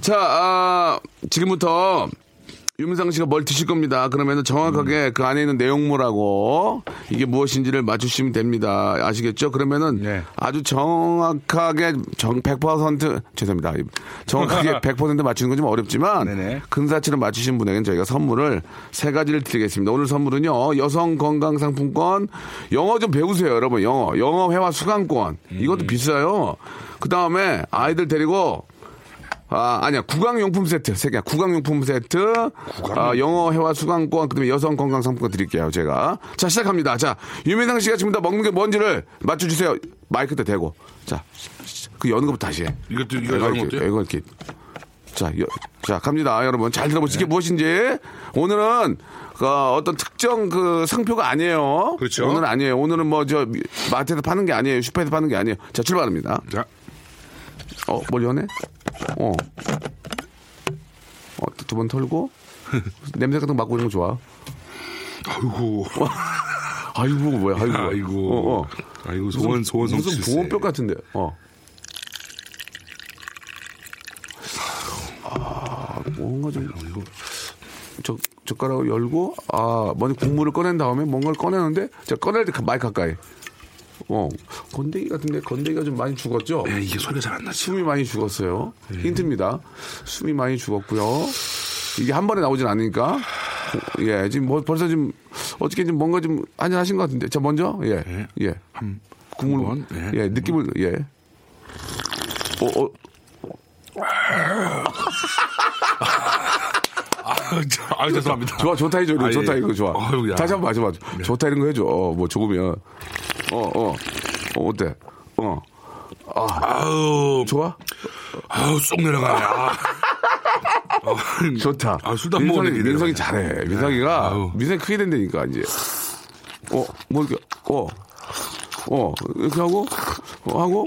[SPEAKER 1] 자, 아, 지금부터 유민상 씨가 뭘 드실 겁니다. 그러면 정확하게 그 안에 있는 내용물하고 이게 무엇인지를 맞추시면 됩니다. 아시겠죠? 그러면은
[SPEAKER 7] 네.
[SPEAKER 1] 아주 정확하게 정 100% 죄송합니다. 정확하게 100% 맞추는 건 좀 어렵지만
[SPEAKER 7] 네네.
[SPEAKER 1] 근사치를 맞추신 분에게는 저희가 선물을 세 가지를 드리겠습니다. 오늘 선물은요. 여성 건강 상품권, 영어 좀 배우세요, 여러분. 영어, 영어 회화 수강권.
[SPEAKER 7] 음.
[SPEAKER 1] 이것도 비싸요. 그다음에 아이들 데리고 아, 아니야. 구강용품 세트. 세 개. 구강용품 세트. 아, 영어 회화 수강권, 그다음에 여성 건강 상품권 드릴게요, 제가. 자, 시작합니다. 자, 유민상 씨가 지금 다 먹는 게 뭔지를 맞춰 주세요. 마이크 때 대고. 자. 그 여는 것부터 다시 해. 아,
[SPEAKER 7] 이것도, 이거
[SPEAKER 1] 이거
[SPEAKER 7] 다른
[SPEAKER 1] 이렇게,
[SPEAKER 7] 것도요?
[SPEAKER 1] 이거 이렇게. 자, 여- 자, 갑니다. 여러분. 잘 들어보시죠. 이게 무엇인지. 오늘은 그 어떤 특정 그 상표가 아니에요.
[SPEAKER 7] 그렇죠.
[SPEAKER 1] 오늘은 아니에요. 오늘은 뭐 저 마트에서 파는 게 아니에요. 슈퍼에서 파는 게 아니에요. 자, 출발합니다.
[SPEAKER 7] 자,
[SPEAKER 1] 어, 뭘 연해? 어. 어, 두 번 털고. 냄새 같은 거 맡고 이런 거 좋아.
[SPEAKER 7] 아이고.
[SPEAKER 1] 어. 아이고, 뭐야, 아이고.
[SPEAKER 7] 아이고.
[SPEAKER 1] 어, 어.
[SPEAKER 7] 아이고,
[SPEAKER 1] 무슨-
[SPEAKER 7] 소원, 소원
[SPEAKER 1] 무슨
[SPEAKER 7] 성취했어요.
[SPEAKER 1] 보온뼈 같은데. 어. 아, 뭔가 좀. 저, 젓가락을 열고, 아, 먼저 국물을 꺼낸 다음에 뭔가를 꺼내는데, 제가 꺼낼 때 마이 가까이. 어. 건더기 같은데, 건더기가 좀 많이 죽었죠?
[SPEAKER 7] 예, 이게 소리가 잘 안 나지.
[SPEAKER 1] 숨이 많이 죽었어요.
[SPEAKER 7] 예.
[SPEAKER 1] 힌트입니다. 숨이 많이 죽었고요. 이게 한 번에 나오진 않으니까. 고- 예, 지금 뭐- 벌써 지금 어떻게 좀 뭔가 좀 한잔 하신 것 같은데. 자, 먼저 예,
[SPEAKER 7] 예.
[SPEAKER 1] 예,
[SPEAKER 7] 한
[SPEAKER 1] 국물
[SPEAKER 7] 번,
[SPEAKER 1] 예,
[SPEAKER 7] 예.
[SPEAKER 1] 느낌을 예. 어, 어,
[SPEAKER 7] 아, 저- 아, 죄송합니다.
[SPEAKER 1] 좋아, 좋다 이거
[SPEAKER 7] 아, 예,
[SPEAKER 1] 좋다
[SPEAKER 7] 예.
[SPEAKER 1] 이거 좋아.
[SPEAKER 7] 아유, 야. 네.
[SPEAKER 1] 다시 한번 마셔봐. 좋다 이런 거 해줘. 어, 뭐 조금이야. 어, 어, 어 어때? 어,
[SPEAKER 7] 아우,
[SPEAKER 1] 좋아?
[SPEAKER 7] 아우, 쏙 내려가네. 아. 어,
[SPEAKER 1] 좋다.
[SPEAKER 7] 아, 술도 안
[SPEAKER 1] 민성이-
[SPEAKER 7] 먹었는데. 이렇게
[SPEAKER 1] 민성이
[SPEAKER 7] 내려가네.
[SPEAKER 1] 잘해. 민성이가
[SPEAKER 7] 아유.
[SPEAKER 1] 민성이 크게 된다니까 이제. 어, 뭐 이렇게 어, 어 이렇게 하고 어, 하고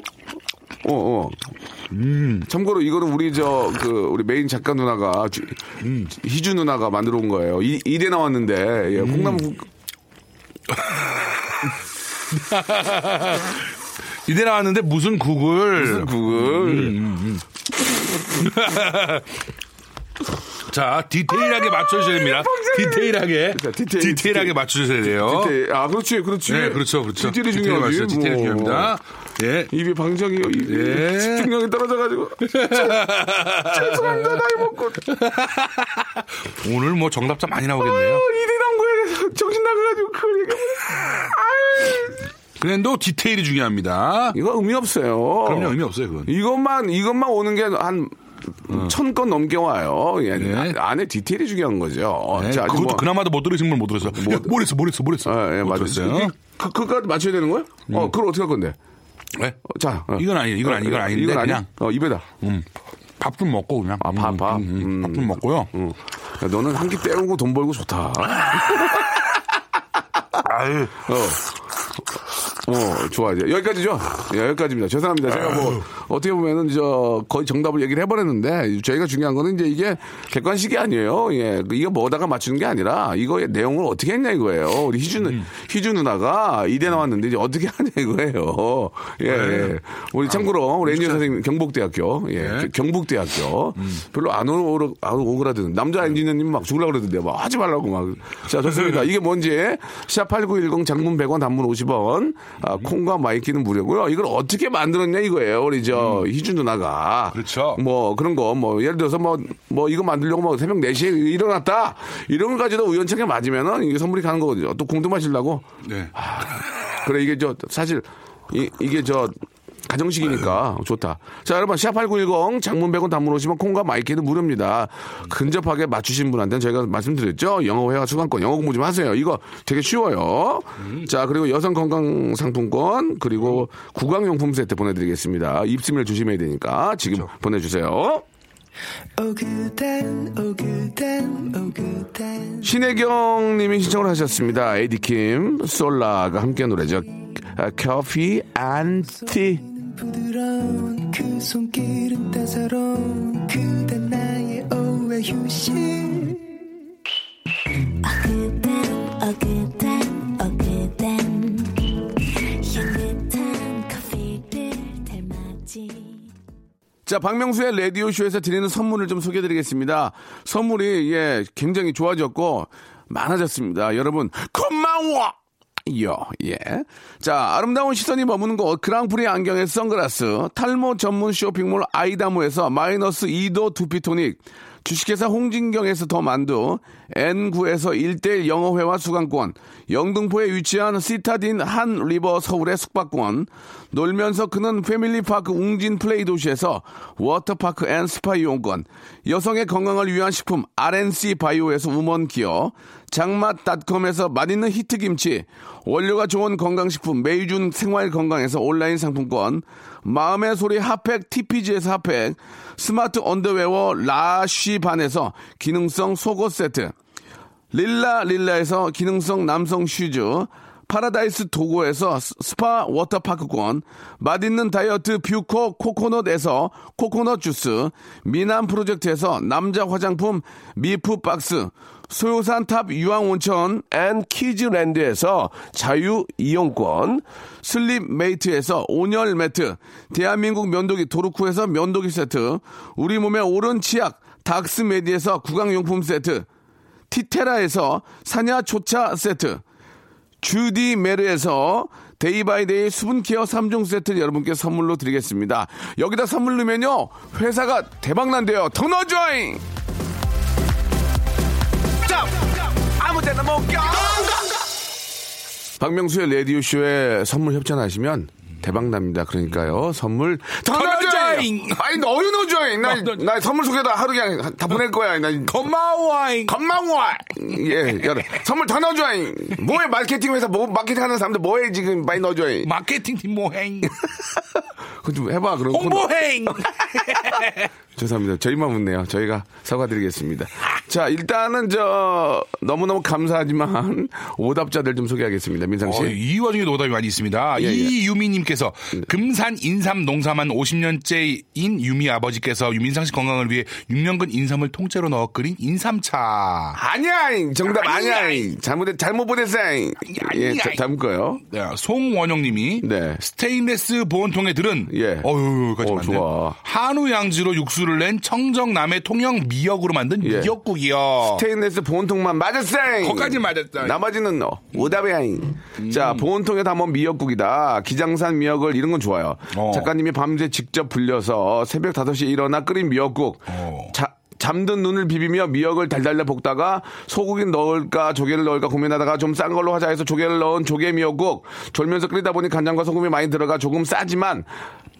[SPEAKER 1] 어 어.
[SPEAKER 7] 음.
[SPEAKER 1] 참고로 이거는 우리 저 그 우리 메인 작가 누나가 주-
[SPEAKER 7] 음.
[SPEAKER 1] 희주 누나가
[SPEAKER 7] 음.
[SPEAKER 1] 만들어 온 거예요. 이, 이래 나왔는데 예, 콩나물 국-
[SPEAKER 7] 이대 나왔는데 무슨 구글?
[SPEAKER 1] 구글.
[SPEAKER 7] 음, 자 디테일하게 맞춰주셔야 됩니다. 디테일하게
[SPEAKER 1] 자, 그러니까 디테일,
[SPEAKER 7] 디테일, 하게
[SPEAKER 1] 디테일.
[SPEAKER 7] 맞춰주셔야 돼요.
[SPEAKER 1] 디테일. 아, 그렇지, 그렇지.
[SPEAKER 7] 네, 그렇죠, 그렇죠.
[SPEAKER 1] 디테일이
[SPEAKER 7] 디테일
[SPEAKER 1] 중요하지.
[SPEAKER 7] 맞춰요. 디테일이
[SPEAKER 1] 뭐.
[SPEAKER 7] 중요합니다. 예.
[SPEAKER 1] 입이 방정이요. 입이
[SPEAKER 7] 예.
[SPEAKER 1] 집중력이 떨어져가지고. 죄송합니다. 나이 먹고.
[SPEAKER 7] 오늘 뭐 정답자 많이 나오겠네요.
[SPEAKER 1] 일이 나온 거에 정신 나가가지고 그걸 얘기해.
[SPEAKER 7] 그래도 디테일이 중요합니다.
[SPEAKER 1] 이거 의미 없어요.
[SPEAKER 7] 그럼요 의미 없어요 그건.
[SPEAKER 1] 이것만, 이것만 오는 게 한 천 건 넘게 와요. 예.
[SPEAKER 7] 네.
[SPEAKER 1] 안- 안에 디테일이 중요한 거죠.
[SPEAKER 7] 네,
[SPEAKER 1] 자, 아직
[SPEAKER 7] 그것도
[SPEAKER 1] 뭐-
[SPEAKER 7] 그나마도 못 들으신 분못 들었어요. 야, 뭘 했어, 뭘 했어, 뭘 했어.
[SPEAKER 1] 아, 예,
[SPEAKER 7] 못
[SPEAKER 1] 맞아요.
[SPEAKER 7] 들었어요.
[SPEAKER 1] 그, 그까지 맞춰야 되는 거예요? 어, 그걸 어떻게 할 건데?
[SPEAKER 7] 네.
[SPEAKER 1] 어, 자, 어.
[SPEAKER 7] 음. 이건 아니에요. 이건 아니, 이건 아닌데
[SPEAKER 1] 이건 아니야?
[SPEAKER 7] 그냥 음.
[SPEAKER 1] 어, 입에다.
[SPEAKER 7] 밥 좀 먹고 그냥. 음,
[SPEAKER 1] 아, 밥, 음. 밥.
[SPEAKER 7] 밥 좀 먹고요. 네.
[SPEAKER 1] 응. 야, 너는 한 끼 때우고 돈 벌고 좋다.
[SPEAKER 7] 아유.
[SPEAKER 1] 어. 어, 좋아. 이제 여기까지죠? 예, 여기까지입니다. 죄송합니다. 제가 뭐, 어떻게 보면은, 저, 거의 정답을 얘기를 해버렸는데, 저희가 중요한 거는 이제 이게 객관식이 아니에요. 예. 이거 뭐다가 맞추는 게 아니라, 이거의 내용을 어떻게 했냐 이거예요. 우리 희주, 누 희주 누나가 이대 나왔는데, 이제 어떻게 하냐 이거예요. 예. 예. 우리 참고로, 우리 엔지니어 선생님, 경북대학교. 예.
[SPEAKER 7] 아, 네. 음.
[SPEAKER 1] 경북대학교. 별로 안 오그라, 안 오그라드는. 남자 엔지니어님 막 죽으려고 그러던데, 막 하지 말라고 막. 자, 좋습니다.
[SPEAKER 7] 음.
[SPEAKER 1] 이게 뭔지, 샵8910 장문 100원 단문 50원,
[SPEAKER 7] 음.
[SPEAKER 1] 아, 콩과 마이키는 무료고요. 이걸 어떻게 만들었냐 이거예요. 우리 저, 희준 누나가.
[SPEAKER 7] 음. 그렇죠.
[SPEAKER 1] 뭐, 그런 거, 뭐, 예를 들어서 뭐, 뭐, 이거 만들려고 막 새벽 4시에 일어났다. 이런 것까지도 우연찮게 맞으면은 이게 선물이 가는 거거든요. 또 공도 마시려고.
[SPEAKER 7] 네.
[SPEAKER 1] 그래 이게 저 사실 이, 이게 저 가정식이니까 좋다. 자 여러분 샵8910 장문 100원 단문 오시면 콩과 마이키는 무료입니다. 근접하게 맞추신 분한테는 저희가 말씀드렸죠. 영어 회화 수강권 영어 공부 좀 하세요. 이거 되게 쉬워요. 자 그리고 여성 건강 상품권 그리고 구강용품 세트 보내드리겠습니다. 입스밀 조심해야 되니까 지금 보내주세요. 신혜경 님이 신청을 하셨습니다. 에디킴, 솔라가 함께한 노래죠. 아, 커피 안티.
[SPEAKER 3] 그땐 어 그땐 어 그땐 향긋한 커피를 닮았지
[SPEAKER 1] 자, 박명수의 라디오쇼에서 드리는 선물을 좀 소개해 드리겠습니다. 선물이, 예, 굉장히 좋아졌고, 많아졌습니다. 여러분, 고마워! 요, 예. 자, 아름다운 시선이 머무는 곳, 그랑프리 안경의 선글라스, 탈모 전문 쇼핑몰 아이다모에서 마이너스 2도 두피토닉, 주식회사 홍진경에서 더 만두, N9에서 1대1 영어회화 수강권, 영등포에 위치한 시타딘 한 리버 서울의 숙박권, 놀면서 그는 패밀리파크 웅진 플레이 도시에서 워터파크 앤 스파 이용권, 여성의 건강을 위한 식품 RNC 바이오에서 우먼 기어, 장맛닷컴에서 맛있는 히트김치, 원료가 좋은 건강식품 메이준 생활건강에서 온라인 상품권, 마음의 소리 핫팩 TPG에서 핫팩, 스마트 언더웨어 라쉬반에서 기능성 속옷 세트, 릴라 릴라에서 기능성 남성 슈즈, 파라다이스 도고에서 스- 스파 워터파크권, 맛있는 다이어트 뷰코 코코넛에서 코코넛 주스, 미남 프로젝트에서 남자 화장품 미프 박스, 소요산 탑 유황 온천 앤 키즈랜드에서 자유 이용권, 슬립 메이트에서 온열 매트, 대한민국 면도기 도루쿠에서 면도기 세트, 우리 몸의 오른 치약 닥스메디에서 구강용품 세트, 티테라에서 사냐초차 세트, 주디 메르에서 데이바이데이 수분케어 3종 세트를 여러분께 선물로 드리겠습니다. 여기다 선물 넣으면요, 회사가 대박난대요. 더 넣어줘잉! 자, 아무 데나 못 껴! 박명수의 라디오쇼에 선물 협찬하시면 대박납니다. 그러니까요, 선물 더 넣어줘잉! 아니, 어유 넣어줘잉! 나, 나 선물 소개다 하루 그냥 다 보낼 거야. 나
[SPEAKER 7] 고마워잉.
[SPEAKER 1] 건망와 예, 여러 선물 더 넣어줘. 뭐해 마케팅 회사 뭐 마케팅 하는 사람들 뭐해 지금 많이 넣어줘.
[SPEAKER 7] 뭐 마케팅 팀 모행.
[SPEAKER 1] 어, 그좀 해봐 그런
[SPEAKER 7] 홍보행.
[SPEAKER 1] 죄송합니다. 저희만 웃네요. 저희가 사과드리겠습니다. 자, 일단은 저 너무너무 감사하지만 오답자들 좀 소개하겠습니다. 민상 씨.
[SPEAKER 7] 어, 이 와중에 노답이 많이 있습니다.
[SPEAKER 1] 예, 예.
[SPEAKER 7] 이유미님께서 금산 인삼 농사만 50년째인 유미 아버지께서 유민상 씨 건강을 위해 6년근 인삼을 통째로 넣어 끓인 인삼차.
[SPEAKER 1] 아니야! 정답
[SPEAKER 7] 아니야.
[SPEAKER 1] 아니야! 잘못, 잘못 보냈어! 예,
[SPEAKER 7] 아니야.
[SPEAKER 1] 자- 다음 거요.
[SPEAKER 7] 네, 송원영님이
[SPEAKER 1] 네.
[SPEAKER 7] 스테인레스 보온통에 들은
[SPEAKER 1] 예.
[SPEAKER 7] 어유
[SPEAKER 1] 어,
[SPEAKER 7] 여기까지
[SPEAKER 1] 좋아.
[SPEAKER 7] 한우 양지로 육수를 낸 청정남해 통영 미역으로 만든
[SPEAKER 1] 예.
[SPEAKER 7] 미역국이요.
[SPEAKER 1] 스테인레스 보온통만 맞았어잉.
[SPEAKER 7] 어. 거기까지 맞았어잉. 음.
[SPEAKER 1] 나머지는 오답이야잉. 자, 보온통에 담은 미역국이다. 기장산 미역을 이런 건 좋아요.
[SPEAKER 7] 어.
[SPEAKER 1] 작가님이 밤새 직접 불려서 새벽 5시에 일어나 끓인 미역국.
[SPEAKER 7] 어.
[SPEAKER 1] 자, 잠든 눈을 비비며 미역을 달달달 볶다가 소고기 넣을까 조개를 넣을까 고민하다가 좀 싼 걸로 하자 해서 조개를 넣은 조개 미역국 졸면서 끓이다 보니 간장과 소금이 많이 들어가 조금 싸지만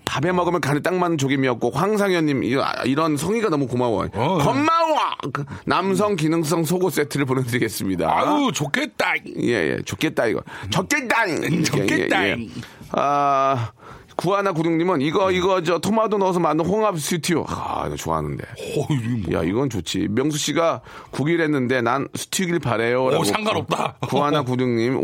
[SPEAKER 1] 밥에 먹으면 간에 딱 맞는 조개 미역국 황상현님 이- 아, 이런 성의가 너무 고마워
[SPEAKER 7] 어.
[SPEAKER 1] 고마워 그 남성 기능성 속옷 세트를 보내드리겠습니다
[SPEAKER 7] 아유 좋겠다.
[SPEAKER 1] 예예 좋겠다 이거 좋겠다
[SPEAKER 7] 음. 좋겠다.
[SPEAKER 1] 예, 예. 아 구하나 구룡님은 이거 이거 저 토마토 넣어서 만든 홍합 스튜 아 이거 좋아하는데
[SPEAKER 7] 어, 이거 뭐.
[SPEAKER 1] 야, 이건 좋지. 명수 씨가 국일 했는데 난 스틱을 바래요.
[SPEAKER 7] 오, 어, 상관없다.
[SPEAKER 1] 구하나 구등님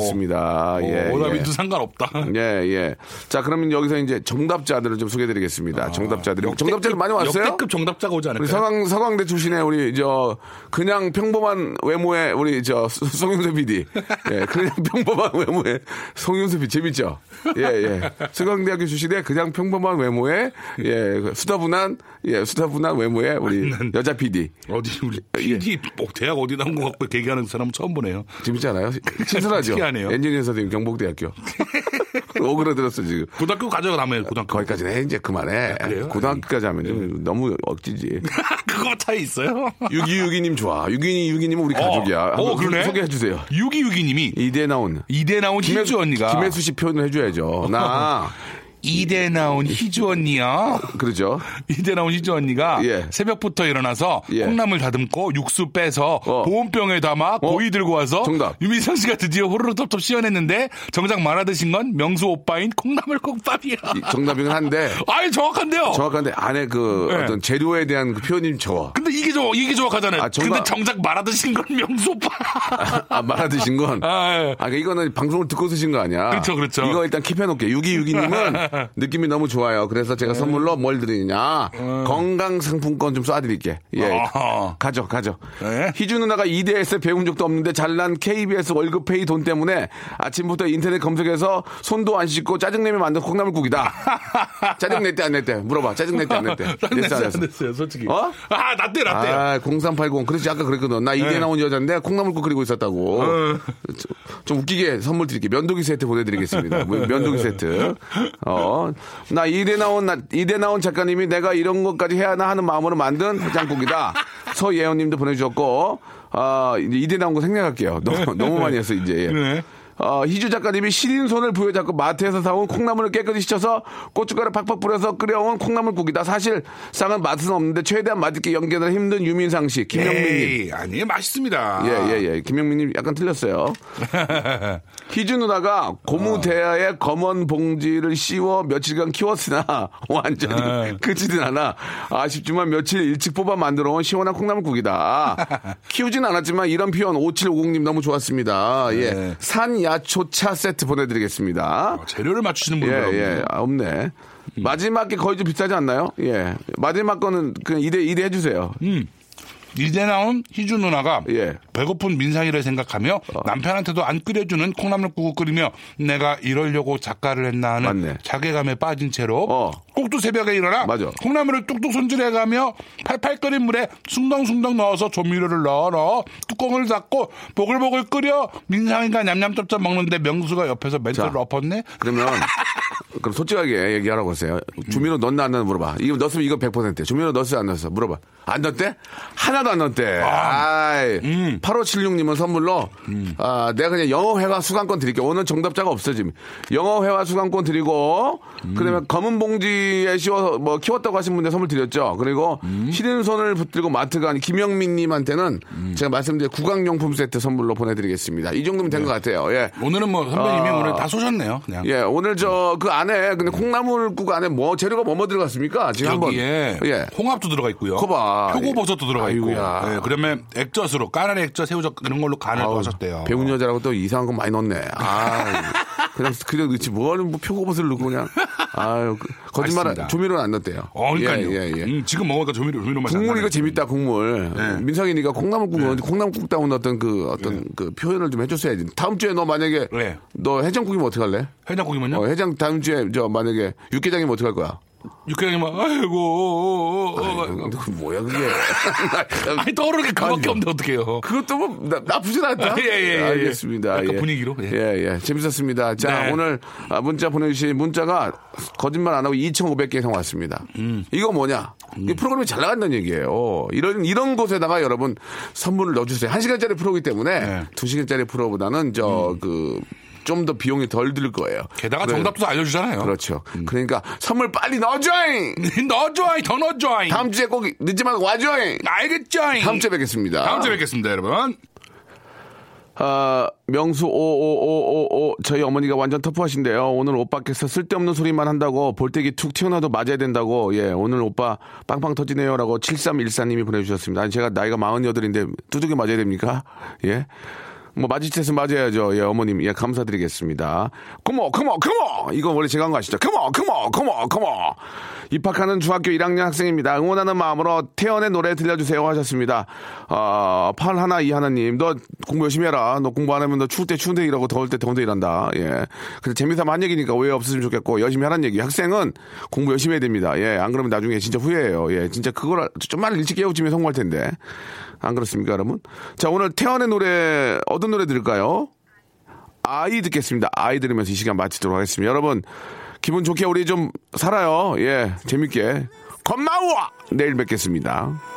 [SPEAKER 1] 오답이었습니다. 예.
[SPEAKER 7] 어, 오답이도
[SPEAKER 1] 예.
[SPEAKER 7] 상관없다.
[SPEAKER 1] 예, 예. 자, 그러면 여기서 이제 정답자들을 좀 소개해 드리겠습니다. 정답자들. 정답자들 많이 왔어요?
[SPEAKER 7] 아, 역대급 정답자가 오지
[SPEAKER 1] 우리
[SPEAKER 7] 않을까요?
[SPEAKER 1] 서강, 서강대 출신의 우리, 저, 그냥 평범한 외모의 우리, 저, 수- 송윤수 PD. 예, 그냥 평범한 외모의 송윤수 PD. 재밌죠? 예, 예. 서강대학교 출신의 그냥 평범한 외모의, 예, 그 수다분한, 예, 수다분한 외모의 우리 여자 PD.
[SPEAKER 7] 어디 우리
[SPEAKER 1] 예.
[SPEAKER 7] PD 뭐 대학 어디 나온 것 같고 얘기하는 사람 처음 보네요.
[SPEAKER 1] 재밌지 않아요? 친절하죠?
[SPEAKER 7] 특이하네요.
[SPEAKER 1] 엔지니어 선생님 경북대학교. 오그라들었어, 지금.
[SPEAKER 7] 고등학교 가져가 남아요 고등학교.
[SPEAKER 1] 거기까지는 이제 그만해.
[SPEAKER 7] 아, 그래요? 네.
[SPEAKER 1] 고등학교까지 하면 좀 너무 억지지.
[SPEAKER 7] 그거 차이 있어요?
[SPEAKER 1] 6262님 좋아. 6262님은 우리 가족이야.
[SPEAKER 7] 어,
[SPEAKER 1] 한번
[SPEAKER 7] 어 그러네.
[SPEAKER 1] 소개해 주세요.
[SPEAKER 7] 6262님이
[SPEAKER 1] 이대 나온
[SPEAKER 7] 이대 나온 희주 언니가
[SPEAKER 1] 김혜수 씨 표현을 해줘야죠. 나
[SPEAKER 7] 이대 나온 희주 언니야.
[SPEAKER 1] 그러죠.
[SPEAKER 7] 이대 나온 희주 언니가
[SPEAKER 1] 예.
[SPEAKER 7] 새벽부터 일어나서
[SPEAKER 1] 예.
[SPEAKER 7] 콩나물 다듬고 육수 빼서
[SPEAKER 1] 어.
[SPEAKER 7] 보온병에 담아 고이 들고 와서
[SPEAKER 1] 정답.
[SPEAKER 7] 유민상 씨가 드디어 호로로 톱톱 씌워냈는데 정작 말아 드신 건 명수 오빠인 콩나물 콩밥이야.
[SPEAKER 1] 이 정답이긴 한데
[SPEAKER 7] 아예 정확한데요.
[SPEAKER 1] 정확한데 안에 그
[SPEAKER 7] 어. 네.
[SPEAKER 1] 어떤 재료에 대한 그 표현이 좋아.
[SPEAKER 7] 근데 이게 저 이게 정확하잖아요.
[SPEAKER 1] 아, 정답.
[SPEAKER 7] 근데 정작 말아 드신 건 명수 오빠.
[SPEAKER 1] 아, 말아드신 건.
[SPEAKER 7] 아, 예.
[SPEAKER 1] 아, 그러니까 이거는 방송을 듣고 쓰신 거 아니야.
[SPEAKER 7] 그렇죠, 그렇죠.
[SPEAKER 1] 이거 일단 킵해놓을게. 6262님은 느낌이 너무 좋아요. 그래서 제가
[SPEAKER 7] 음.
[SPEAKER 1] 선물로 뭘 드리냐. 건강상품권 좀 쏴드릴게. 예.
[SPEAKER 7] 어허.
[SPEAKER 1] 가죠, 가죠.
[SPEAKER 7] 예?
[SPEAKER 1] 희주 누나가 2대에서 배운 적도 없는데 잘난 KBS 월급페이 돈 때문에 아침부터 인터넷 검색해서 손도 안 씻고 짜증내면 만든 콩나물국이다. 짜증냈대, 안 냈대? 물어봐. 짜증냈대, 안 냈대? 냈어, 안 냈어?
[SPEAKER 7] 됐어요, 솔직히.
[SPEAKER 1] 네. 어?
[SPEAKER 7] 아, 나대, 나대. 요 네.
[SPEAKER 1] 아, 0380. 그렇지, 아까 그랬거든. 나 이대 나온 여잔데 콩나물국 끓이고 있었다고.
[SPEAKER 7] 어.
[SPEAKER 1] 좀, 좀 웃기게 선물 드릴게요. 면도기 세트 보내드리겠습니다. 뭐, 면- 면도기 세트. 어. 나 이대 나온, 나, 이대 나온 작가님이 내가 이런 것까지 해야 하나 하는 마음으로 만든 해장국이다. 서예원 님도 보내주셨고, 아, 이제 이대 나온 거 생략할게요. 너무, 너무 많이 했어, 이제. 예.
[SPEAKER 7] 네.
[SPEAKER 1] 어, 희주 작가님이 시린 손을 부여잡고 마트에서 사온 콩나물을 깨끗이 씻어서 고춧가루 팍팍 뿌려서 끓여온 콩나물국이다. 사실 쌍은 맛은 없는데 최대한 맛있게 연기하느라 힘든 유민상 씨, 김영민님.
[SPEAKER 7] 에이, 아니, 맛있습니다.
[SPEAKER 1] 예, 예, 예. 김영민님 약간 틀렸어요. 희주 누나가
[SPEAKER 7] 어.
[SPEAKER 1] 고무대야에 검은 봉지를 씌워 며칠간 키웠으나
[SPEAKER 7] 네.
[SPEAKER 1] 완전히 그치진 않아. 아쉽지만 며칠 일찍 뽑아 만들어 온 시원한 콩나물국이다. 키우진 않았지만 이런 표현 5750님 너무 좋았습니다. 예.
[SPEAKER 7] 네. 아,
[SPEAKER 1] 산야초차 세트 보내드리겠습니다.
[SPEAKER 7] 어, 재료를 맞추시는
[SPEAKER 1] 예,
[SPEAKER 7] 분들.
[SPEAKER 1] 예. 아, 없네.
[SPEAKER 7] 음.
[SPEAKER 1] 마지막 게 거의 좀 비슷하지 않나요? 예. 마지막 거는 그냥 이대, 이대 해주세요.
[SPEAKER 7] 이제 나온 희주 누나가
[SPEAKER 1] 예. 어.
[SPEAKER 7] 배고픈 민상이를 생각하며 남편한테도 안 끓여주는 콩나물국을 끓이며 내가 이러려고 작가를 했나 하는
[SPEAKER 1] 맞네.
[SPEAKER 7] 자괴감에 빠진 채로
[SPEAKER 1] 어.
[SPEAKER 7] 꼭두 새벽에 일어나
[SPEAKER 1] 맞아.
[SPEAKER 7] 콩나물을 뚝뚝 손질해가며 팔팔 끓인 물에 숭덩숭덩 넣어서 조미료를 넣어 넣어 뚜껑을 닫고 보글보글 끓여 민상이가 냠냠쩝쩝 먹는데 명수가 옆에서 멘트를
[SPEAKER 1] 자.
[SPEAKER 7] 엎었네
[SPEAKER 1] 그러면 그럼 솔직하게 얘기하라고 하세요. 주민호 넣나 안 넣나 물어봐. 이거 넣었으면 이거 100%. 주민호 넣었어 안 넣었어 물어봐. 안 넣었대? 하나도 안 넣었대. 아, 이 8576님은 선물로 아, 내가 그냥 영어 회화 수강권 드릴게. 요 오늘 정답자가 없어 지금. 영어 회화 수강권 드리고 그다음에 검은 봉지에 씌워서 뭐 키웠다고 하신 분들 선물 드렸죠. 그리고 시린 손을 붙들고 마트 간 김영민님한테는 제가 말씀드린 구강용품 세트 선물로 네. 보내드리겠습니다. 이 정도면 된 것 같아요. 예.
[SPEAKER 7] 오늘은 뭐 선배님이
[SPEAKER 1] 아.
[SPEAKER 7] 오늘 다 쏘셨네요 그냥
[SPEAKER 1] 예, 오늘 저 그 안 안에 근데 콩나물국 안에 뭐 재료가 뭐뭐 들어갔습니까? 지금 한번
[SPEAKER 7] 음. 여기에
[SPEAKER 1] 예.
[SPEAKER 7] 홍합도 들어가 있고요.
[SPEAKER 1] 거봐.
[SPEAKER 7] 표고버섯도 들어가 있고.
[SPEAKER 1] 아이고야.
[SPEAKER 7] 예, 그러면 액젓으로 까나리 액젓, 새우젓 이런 걸로 간을 또
[SPEAKER 1] 아우,
[SPEAKER 7] 하셨대요.
[SPEAKER 1] 배운 여자라고 또 이상한 거 많이 넣었네. 아, 그냥 그냥 넣지 뭐하는 뭐 표고버섯을 넣고 그냥 아유 그- 거짓말
[SPEAKER 7] 맛있습니다.
[SPEAKER 1] 조미료는 안 넣었대요.
[SPEAKER 7] 어, 그러니까요.
[SPEAKER 1] 예, 예, 예.
[SPEAKER 7] 음, 네. 지금 먹으니까 조미료 조미료 맛이
[SPEAKER 1] 국물
[SPEAKER 7] 안
[SPEAKER 1] 이거 그
[SPEAKER 7] 나네요.
[SPEAKER 1] 재밌다 국물. 민상이니까 콩나물국
[SPEAKER 7] 네.
[SPEAKER 1] 은 콩나물국 다운 어떤 그 어떤 그 표현을 좀 해줬어야지. 다음 주에 너 만약에
[SPEAKER 7] 네.
[SPEAKER 1] 너 해장국이면 뭐 어떻게 할래?
[SPEAKER 7] 해장국이면요?
[SPEAKER 1] 어, 해장 다음 주에 저 만약에 육개장이면 어떻게 할 거야?
[SPEAKER 7] 육개장이면 아이고.
[SPEAKER 1] 너 뭐야 그게?
[SPEAKER 7] 아니 떠오르는 게 그밖에 없는데 어떡해요.
[SPEAKER 1] 그것도 뭐 나, 나쁘진 않다.
[SPEAKER 7] 예, 예, 예, 예.
[SPEAKER 1] 알겠습니다.
[SPEAKER 7] 약간 분위기로,
[SPEAKER 1] 예.
[SPEAKER 7] 예.
[SPEAKER 1] 예, 재밌었습니다. 자,
[SPEAKER 7] 네.
[SPEAKER 1] 오늘 아, 문자 보내주신 문자가 거짓말 안 하고 2,500개 이상 왔습니다.
[SPEAKER 7] 음.
[SPEAKER 1] 이거 뭐냐? 이 프로그램이 잘 나간다는 얘기예요. 이런 이런 곳에다가 여러분 선물을 넣어주세요. 1 시간짜리 프로이기 때문에
[SPEAKER 7] 네. 음.
[SPEAKER 1] 두 2시간짜리 프로보다는 저 그. 좀 더 비용이 덜 들 거예요.
[SPEAKER 7] 게다가
[SPEAKER 1] 그래-
[SPEAKER 7] 정답도 음. 다
[SPEAKER 1] 네.
[SPEAKER 7] 알려주잖아요.
[SPEAKER 1] 그렇죠. 그러니까 선물 빨리 넣어줘잉!
[SPEAKER 7] 넣어줘잉, 더 넣어줘잉.
[SPEAKER 1] 다음 주에 꼭 늦지만 와줘잉!
[SPEAKER 7] 알겠죠잉.
[SPEAKER 1] 다음 주에 뵙겠습니다.
[SPEAKER 7] 다음 주에 뵙겠습니다, 여러분.
[SPEAKER 1] 아, 명수 오오오오오 저희 어머니가 완전 터프하신데요. 오늘 오빠께서 쓸데없는 소리만 한다고 볼때기 툭 튀어나와도 맞아야 된다고 예 오늘 오빠 빵빵 터지네요라고 7314님이 보내주셨습니다. 아니 제가 나이가 48인데 두둑이 맞아야 됩니까? 예. 뭐 맞을 짓은 맞아야죠. 예, 어머님. 예, 감사드리겠습니다. 컴온, 컴온, 컴온! 이거 원래 제가 한 거 아시죠? 컴온, 컴온, 컴온, 컴온! 입학하는 중학교 1학년 학생입니다. 응원하는 마음으로 태연의 노래 들려주세요 하셨습니다. 아, 8 하나 2 하나님, 너 공부 열심히 해라. 너 공부 안 하면 너 추울 때 추운데 일하고 더울 때 더운데 일한다. 예. 그래서 재미삼아 한 얘기니까 오해 없으면 좋겠고 열심히 하라는 얘기. 학생은 공부 열심히 해야 됩니다. 예, 안 그러면 나중에 진짜 후회해요. 예, 진짜 그걸 아- 좀만 일찍 깨우치면 성공할 텐데. 안 그렇습니까, 여러분? 자, 오늘 태연의 노래, 어떤 노래 들을까요? 아이 듣겠습니다. 아이 들으면서 이 시간 마치도록 하겠습니다. 여러분, 기분 좋게 우리 좀 살아요. 예, 재밌게. 고마워! 내일 뵙겠습니다.
[SPEAKER 3] 그